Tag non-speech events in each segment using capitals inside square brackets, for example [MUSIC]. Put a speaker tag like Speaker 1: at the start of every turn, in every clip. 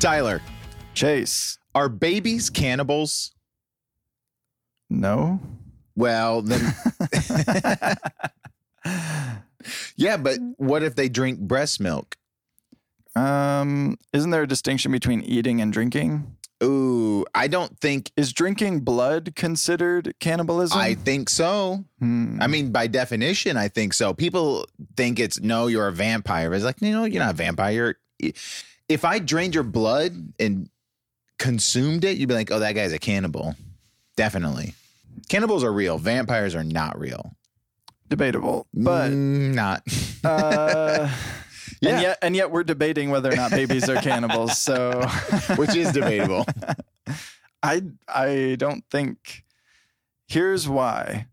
Speaker 1: Tyler,
Speaker 2: Chase.
Speaker 1: are babies cannibals?
Speaker 2: No.
Speaker 1: Well, then, yeah, but what if they drink breast milk?
Speaker 2: Um, isn't there a distinction between eating and drinking?
Speaker 1: Ooh, I don't think.
Speaker 2: Is drinking blood considered cannibalism?
Speaker 1: I think so.
Speaker 2: Hmm.
Speaker 1: I mean, by definition, I think so. People think it's no, you're a vampire. It's like, you know, you're not a vampire. If I drained your blood and consumed it, you'd be like, oh, that guy's a cannibal. Definitely. Cannibals are real. Vampires are not real.
Speaker 2: debatable, but
Speaker 1: Mm, not. [LAUGHS]
Speaker 2: uh,
Speaker 1: Yeah.
Speaker 2: and yet and yet we're debating whether or not babies are cannibals. So
Speaker 1: [LAUGHS] Which is debatable.
Speaker 2: [LAUGHS]
Speaker 1: [LAUGHS]
Speaker 2: I I don't think. Here's why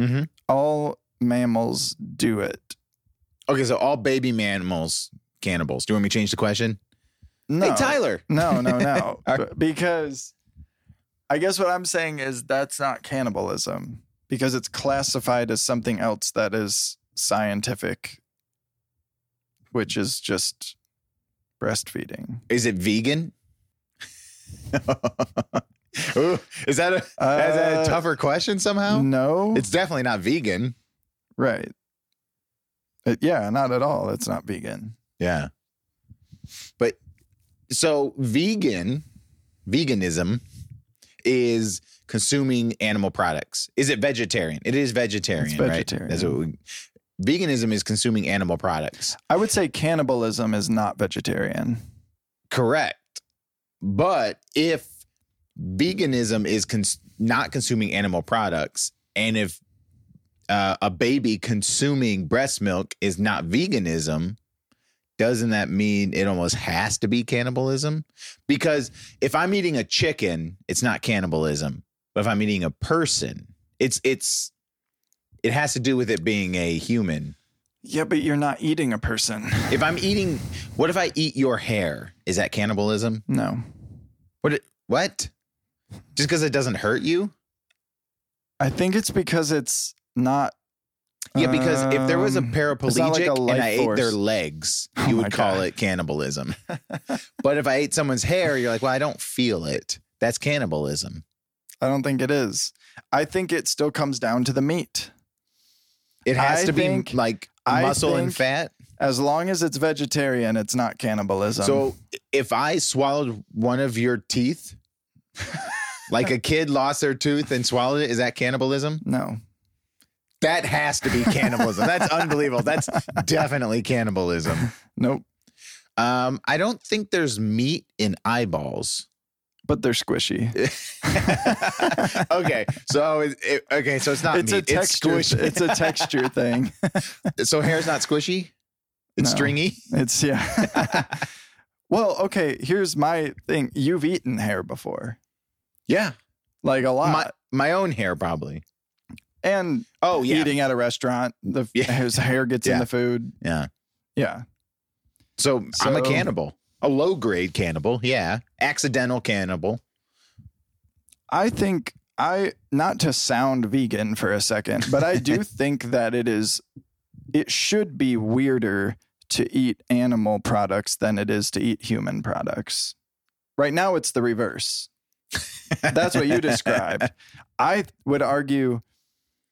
Speaker 1: Mhm.
Speaker 2: all mammals do it.
Speaker 1: Okay, so all baby mammals cannibals. Do you want me to change the question?
Speaker 2: No,
Speaker 1: Hey, Tyler.
Speaker 2: no,
Speaker 1: [LAUGHS]
Speaker 2: no, no,
Speaker 1: All
Speaker 2: B- because I guess what I'm saying is that's not cannibalism because it's classified as something else that is scientific, which is just breastfeeding.
Speaker 1: Is it vegan? [LAUGHS] Ooh, is that a, is that
Speaker 2: Uh,
Speaker 1: a tougher question somehow?
Speaker 2: No,
Speaker 1: It's definitely not vegan.
Speaker 2: right. Uh, yeah, not at all. It's not vegan.
Speaker 1: Yeah. But so vegan, veganism is consuming animal products. Is it vegetarian? It is vegetarian,
Speaker 2: It's
Speaker 1: right?
Speaker 2: vegetarian.
Speaker 1: That's what we, veganism is consuming animal products.
Speaker 2: I would say cannibalism is not vegetarian.
Speaker 1: Correct. But if veganism is cons- not consuming animal products, and if uh, a baby consuming breast milk is not veganism, doesn't that mean it almost has to be cannibalism? Because if I'm eating a chicken, it's not cannibalism. But if I'm eating a person, it's it's it has to do with it being a human.
Speaker 2: Yeah, but you're not eating a person. [LAUGHS]
Speaker 1: If I'm eating, what if I eat your hair? Is that cannibalism?
Speaker 2: No.
Speaker 1: What? it- What? Just because it doesn't hurt you?
Speaker 2: I think it's because it's not.
Speaker 1: Yeah, because if there was a
Speaker 2: Um,
Speaker 1: paraplegic
Speaker 2: it's not like a
Speaker 1: and
Speaker 2: life
Speaker 1: I ate their
Speaker 2: force.
Speaker 1: legs,
Speaker 2: [LAUGHS] Oh
Speaker 1: you
Speaker 2: my
Speaker 1: would call
Speaker 2: God.
Speaker 1: it
Speaker 2: [LAUGHS]
Speaker 1: cannibalism. but if I ate someone's hair, you're like, well, I don't feel it. That's cannibalism.
Speaker 2: I don't think it is. I think it still comes down to the meat.
Speaker 1: It has
Speaker 2: I
Speaker 1: to be
Speaker 2: think-
Speaker 1: like
Speaker 2: I
Speaker 1: muscle and
Speaker 2: think-
Speaker 1: fat.
Speaker 2: As long as it's vegetarian, it's not cannibalism.
Speaker 1: so if I swallowed one of your teeth, [LAUGHS] like a kid lost their tooth and swallowed it, is that cannibalism?
Speaker 2: no.
Speaker 1: That has to be cannibalism. That's unbelievable. That's definitely cannibalism.
Speaker 2: Nope.
Speaker 1: Um, I don't think there's meat in
Speaker 2: [LAUGHS]
Speaker 1: eyeballs.
Speaker 2: But they're squishy.
Speaker 1: okay, so it, it- okay, so it's [LAUGHS] not
Speaker 2: it's
Speaker 1: meat.
Speaker 2: a texture.
Speaker 1: It's
Speaker 2: It's,
Speaker 1: squishy.
Speaker 2: a texture thing.
Speaker 1: [LAUGHS] so hair's not squishy. It's
Speaker 2: No.
Speaker 1: stringy.
Speaker 2: It's yeah. [LAUGHS] well, okay, here's my thing. You've eaten hair before.
Speaker 1: Yeah,
Speaker 2: Like a lot.
Speaker 1: my my own hair probably.
Speaker 2: and
Speaker 1: Oh yeah,
Speaker 2: eating at a restaurant, the
Speaker 1: Yeah.
Speaker 2: his hair gets in
Speaker 1: Yeah.
Speaker 2: the food.
Speaker 1: yeah.
Speaker 2: Yeah.
Speaker 1: So, I'm a
Speaker 2: So-
Speaker 1: cannibal, a low grade cannibal. Yeah, accidental cannibal.
Speaker 2: I think I not to sound vegan for a second, but I do think that it is it should be weirder to eat animal products than it is to eat human products. Right now it's the reverse.
Speaker 1: [LAUGHS]
Speaker 2: That's what you described. I would argue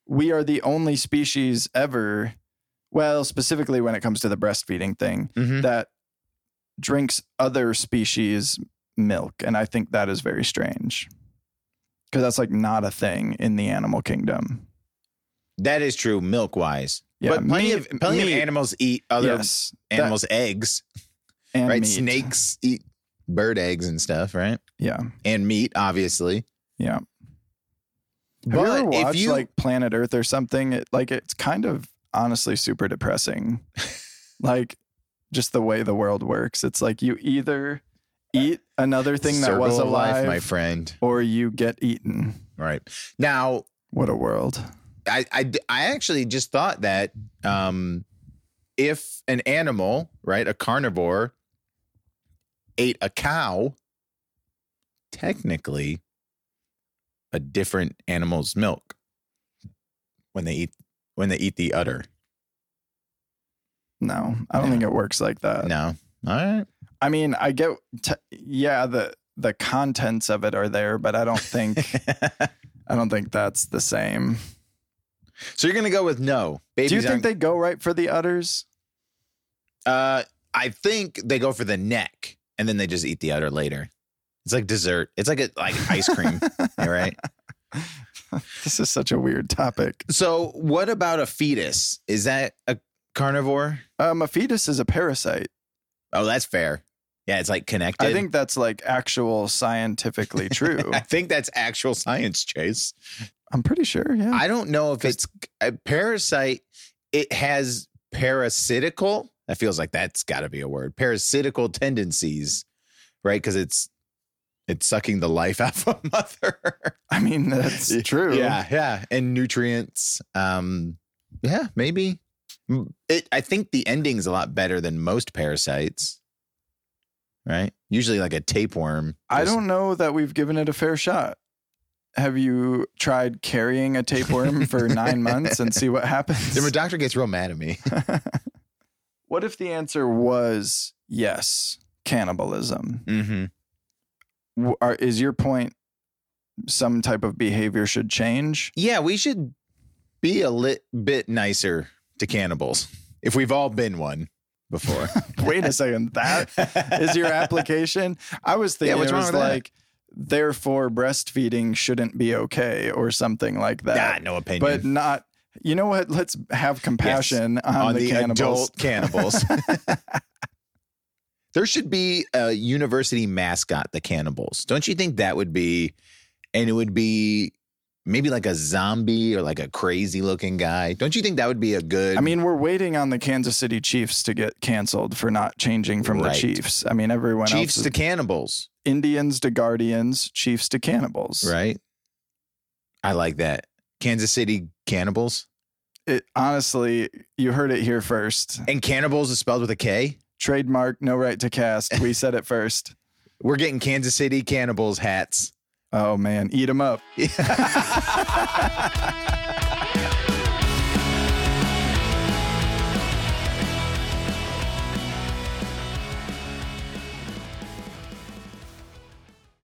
Speaker 2: we are the only species ever well, specifically when it comes to the breastfeeding thing
Speaker 1: Mhm.
Speaker 2: that drinks other species milk and I think that is very strange because that's like not a thing in the animal kingdom.
Speaker 1: That is true, milk wise.
Speaker 2: Yeah,
Speaker 1: but plenty
Speaker 2: meat-
Speaker 1: of plenty
Speaker 2: meat-
Speaker 1: of animals eat other
Speaker 2: yes, that-
Speaker 1: animals' eggs,
Speaker 2: and
Speaker 1: right?
Speaker 2: meat.
Speaker 1: Snakes eat bird eggs and stuff, right?
Speaker 2: Yeah,
Speaker 1: And meat, obviously.
Speaker 2: yeah. Have you
Speaker 1: But
Speaker 2: ever
Speaker 1: if
Speaker 2: watched
Speaker 1: you-
Speaker 2: like Planet Earth or something? It, like it's kind of honestly super depressing.
Speaker 1: [LAUGHS]
Speaker 2: like just the way the world works. It's like you either eat another thing that was
Speaker 1: Circle of
Speaker 2: alive,
Speaker 1: my friend.
Speaker 2: or you get eaten.
Speaker 1: Right now,
Speaker 2: What a world!
Speaker 1: I, I d- I actually just thought that um, if an animal, right, a carnivore, ate a cow, technically a different animal's milk when they eat when they eat the udder.
Speaker 2: No, I don't
Speaker 1: Yeah.
Speaker 2: think it works like that.
Speaker 1: no, all right,
Speaker 2: I mean, I get, t- yeah, the the contents of it are there, but I
Speaker 1: [LAUGHS]
Speaker 2: don't think I don't think that's the same.
Speaker 1: so you're gonna go with no. Babies
Speaker 2: Do you think
Speaker 1: aren't-
Speaker 2: they go right for the udders?
Speaker 1: Uh, I think they go for the neck, and then they just eat the udder later. It's like dessert. It's like a like ice
Speaker 2: [LAUGHS]
Speaker 1: cream, all right?
Speaker 2: This is such a weird topic.
Speaker 1: So, what about a fetus? Is that a carnivore?
Speaker 2: Um, a fetus is a parasite.
Speaker 1: Oh, that's fair. Yeah, it's like connected.
Speaker 2: I think that's like actual
Speaker 1: [LAUGHS]
Speaker 2: scientifically true.
Speaker 1: I think that's actual science, Chase.
Speaker 2: I'm pretty sure. Yeah.
Speaker 1: I don't know if it's a parasite. It has parasitical. That feels like that's got to be a word. Parasitical tendencies, right? Because it's it's sucking the life [LAUGHS] out of a mother.
Speaker 2: I mean, that's
Speaker 1: [LAUGHS]
Speaker 2: true.
Speaker 1: Yeah, yeah, and nutrients. Um, yeah, maybe. M- It. I think the ending's a lot better than most parasites. Right. Usually, like a tapeworm.
Speaker 2: I
Speaker 1: just-
Speaker 2: don't know that we've given it a fair shot. Have you tried carrying a
Speaker 1: [LAUGHS]
Speaker 2: tapeworm for nine months and see what happens?
Speaker 1: Then my doctor gets real mad at me. [LAUGHS]
Speaker 2: what if the answer was yes, cannibalism?
Speaker 1: mm-hmm.
Speaker 2: W- Are, is your point some type of behavior
Speaker 1: [LAUGHS]
Speaker 2: should change?
Speaker 1: Yeah, we should be a lit bit nicer to cannibals if we've all been one before.
Speaker 2: Wait a second, that is your application? I was thinking
Speaker 1: what's
Speaker 2: it
Speaker 1: wrong
Speaker 2: was
Speaker 1: with that?
Speaker 2: like, therefore, breastfeeding shouldn't be okay or something like
Speaker 1: [LAUGHS] Nah,
Speaker 2: that.
Speaker 1: no opinion.
Speaker 2: but not, you know what? Let's have compassion on,
Speaker 1: on
Speaker 2: the,
Speaker 1: the,
Speaker 2: cannibals.
Speaker 1: adult cannibals. [LAUGHS] there should be a university mascot, the cannibals. Don't you think that would be, and it would be maybe like a zombie or like a crazy looking guy? Don't you think that would be a good?
Speaker 2: I mean, we're waiting on the Kansas City Chiefs to get canceled for not changing from
Speaker 1: Right.
Speaker 2: the Chiefs. I mean, everyone
Speaker 1: Chiefs
Speaker 2: else
Speaker 1: to
Speaker 2: is
Speaker 1: cannibals,
Speaker 2: Indians to Guardians, Chiefs to cannibals.
Speaker 1: right? I like that. Kansas City cannibals
Speaker 2: It, honestly, you heard it here first.
Speaker 1: and cannibals is spelled with a K.
Speaker 2: Trademark, no right to cast. We said it first.
Speaker 1: We're getting Kansas City cannibals hats.
Speaker 2: Oh man, eat them up.